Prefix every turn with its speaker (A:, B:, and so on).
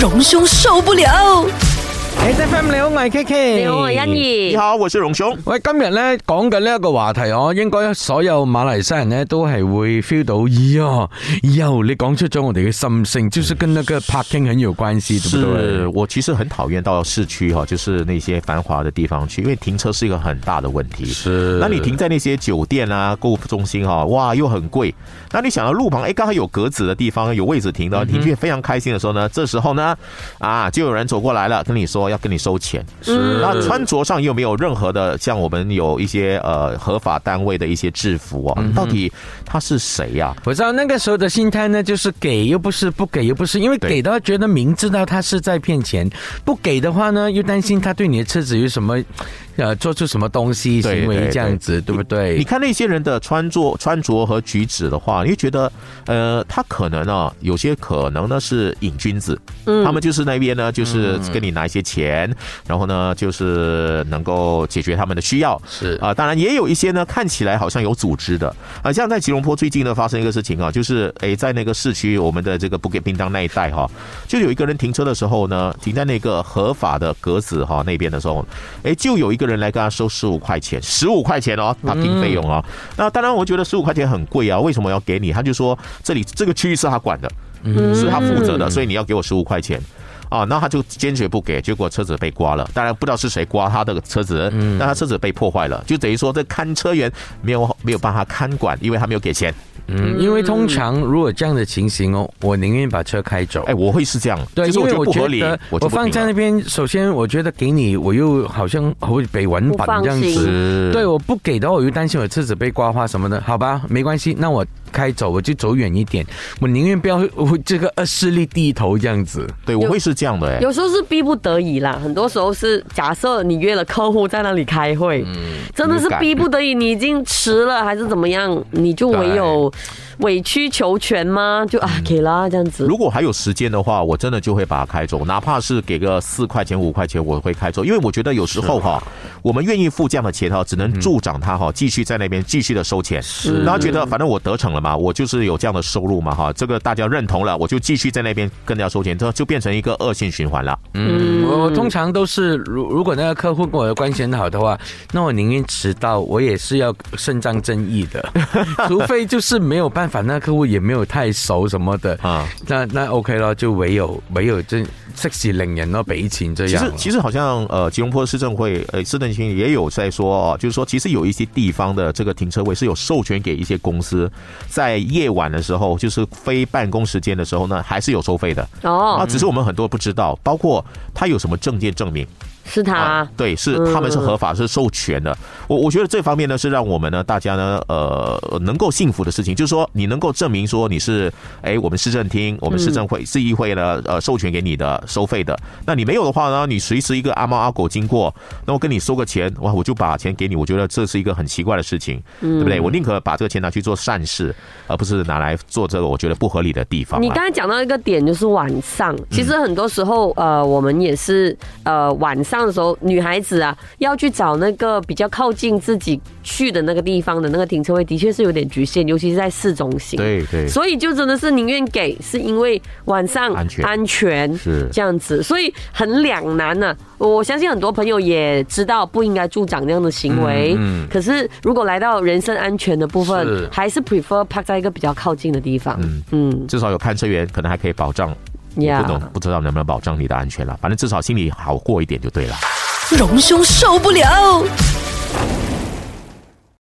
A: 荣兄受不了。
B: 你 FM 你好，我系 K K。
C: 你好，我欣
D: 你
C: 怡。
D: 好，我是荣兄。
B: 喂，今日咧講緊呢一個話題哦，應該所有馬來西亞人咧都係會 feel 到，咦哦，以後你講出咗我哋嘅心聲，就是跟那個 parking 很有關係，對不
D: 是
B: 對？
D: 我其实很讨厌到市区哈，就是那些繁华的地方去，因为停车是一个很大的问题。
B: 是
D: 那你停在那些酒店啊、购物中心哈、哇，又很贵。那你想到路旁，哎，刚好有格子的地方，有位置停的，你却非常开心的时候呢，这时候呢，啊，就有人走过来了，跟你说要跟你收钱。
C: 是
D: 那穿着上又没有任何的，像我们有一些呃合法单位的一些制服哦，到底他是谁啊呀、
B: 我知道那个时候的心态呢，就是给又不是，不给又不是，因为
D: 对
B: 给的话觉得明知道他是在骗钱，不给的话呢又担心他对你的车子有什么，呃，做出什么东西
D: 对
B: 行为
D: 对
B: 这样子，对不对？
D: 你看那些人的穿着、穿着和举止的话，你会觉得，呃，他可能啊，有些可能呢是瘾君子，
C: 嗯
D: 他们就是那边呢，就是跟你拿一些钱，然后呢，就是能够解决他们的需要。
B: 是
D: 啊、当然也有一些呢，看起来好像有组织的啊、像在吉隆坡最近呢发生一个事情啊，就是诶，在那个市区我们的这个 Bukit Bintang 那一带哈、就有一个人停车的时候呢，停在那个合法的格子哈、那边的时候，诶，就有一个人来跟他收十五块钱，十五块钱哦，打拼费用哦。那当然，我觉得十五块钱很贵啊，为什么要给你？他就说这里这个区域是他管的，是他负责的，所以你要给我十五块钱。啊，那他就坚决不给，结果车子被刮了。当然不知道是谁刮他的车子，
B: 嗯
D: 但他车子被破坏了，就等于说这看车员没有没有帮他看管，因为他没有给钱。
B: 嗯，因为通常如果这样的情形哦，我宁愿把车开走。
D: 哎，我会是这样，
B: 对，
D: 就是
B: 因为我
D: 我觉得不
B: 觉
D: 合理
B: 得，
D: 我就不
B: 放
D: 停
B: 在
D: 了
B: 那边，首先我觉得给你，我又好像会被玩
C: 不放
B: 板这样子。
D: 是
B: 对，我不给的话，我又担心我车子被刮花什么的。好吧，没关系，那我开走，我就走远一点，我宁愿不要我这个恶势力低头这样子。
D: 对，我会是这样的、哎。
C: 有时候是逼不得已啦，很多时候是假设你约了客户在那里开会，
D: 嗯
C: 真的是逼不得已，你已经迟了还是怎么样，你就唯有
D: 哎
C: 委曲求全吗？就啊，给啦这样子。
D: 嗯如果还有时间的话，我真的就会把它开走，哪怕是给个四块钱、五块钱，我会开走，因为我觉得有时候哈，我们愿意付这样的钱哈，只能助长他哈，继续在那边继续的收钱。是，然后觉得反正我得逞了嘛，我就是有这样的收入嘛哈，这个大家认同了，我就继续在那边跟人家收钱，这就变成一个恶性循环了。
B: 嗯，我我通常都是，如如果那个客户跟我的关系很好的话，那我宁愿迟到，我也是要伸张正义的， 除非就是没有办法，那客户也没有太熟什么的
D: 啊
B: 那那 OK 咯，就唯有唯有这息事寧人咯，俾錢這
D: 其
B: 樣
D: 实
B: 咯。
D: 其实好像呃，吉隆坡市政会呃市政厅也有在说哦，就是说其实有一些地方的这个停车位是有授权给一些公司，在夜晚的时候，就是非办公时间的时候呢，还是有收费的。啊，
C: 哦，
D: 只是我们很多不知道，包括他有什么证件证明
C: 是他，
D: 啊对，是
C: 嗯
D: 他们是合法、是授权的。我我觉得这方面呢，是让我们呢大家呢呃能够幸福的事情，就是说你能够证明说你是哎我们市政厅、我们市政
C: 嗯
D: 会、市议会呢呃授权给你的收费的。那你没有的话呢，你随时一个阿猫阿狗经过，那我跟你收个钱，哇，我就把钱给你，我觉得这是一个很奇怪的事情，
C: 嗯
D: 对不对？我宁可把这个钱拿去做善事，而不是拿来做这个我觉得不合理的地方、啊。
C: 你刚才讲到一个点，就是晚上。
D: 嗯
C: 其实很多时候，呃，我们也是，呃，晚上的时候，女孩子啊，要去找那个比较靠近自己去的那个地方的那个停车位，的确是有点局限，尤其是在市中心。
D: 对对。
C: 所以就真的是宁愿给，是因为晚上
D: 安全
C: 安全
D: 是
C: 这样子，所以很两难呢、我相信很多朋友也知道不应该助长这样的行为，
B: 嗯嗯
C: 可是如果来到人身安全的部分，
B: 是
C: 还是 prefer park 在一个比较靠近的地方。嗯
D: 至少有看车员，可能还可以保障。
C: 呀
D: 我不懂，不知道能不能保障你的安全了。反正至少心里好过一点就对了。
A: 荣兄受不了。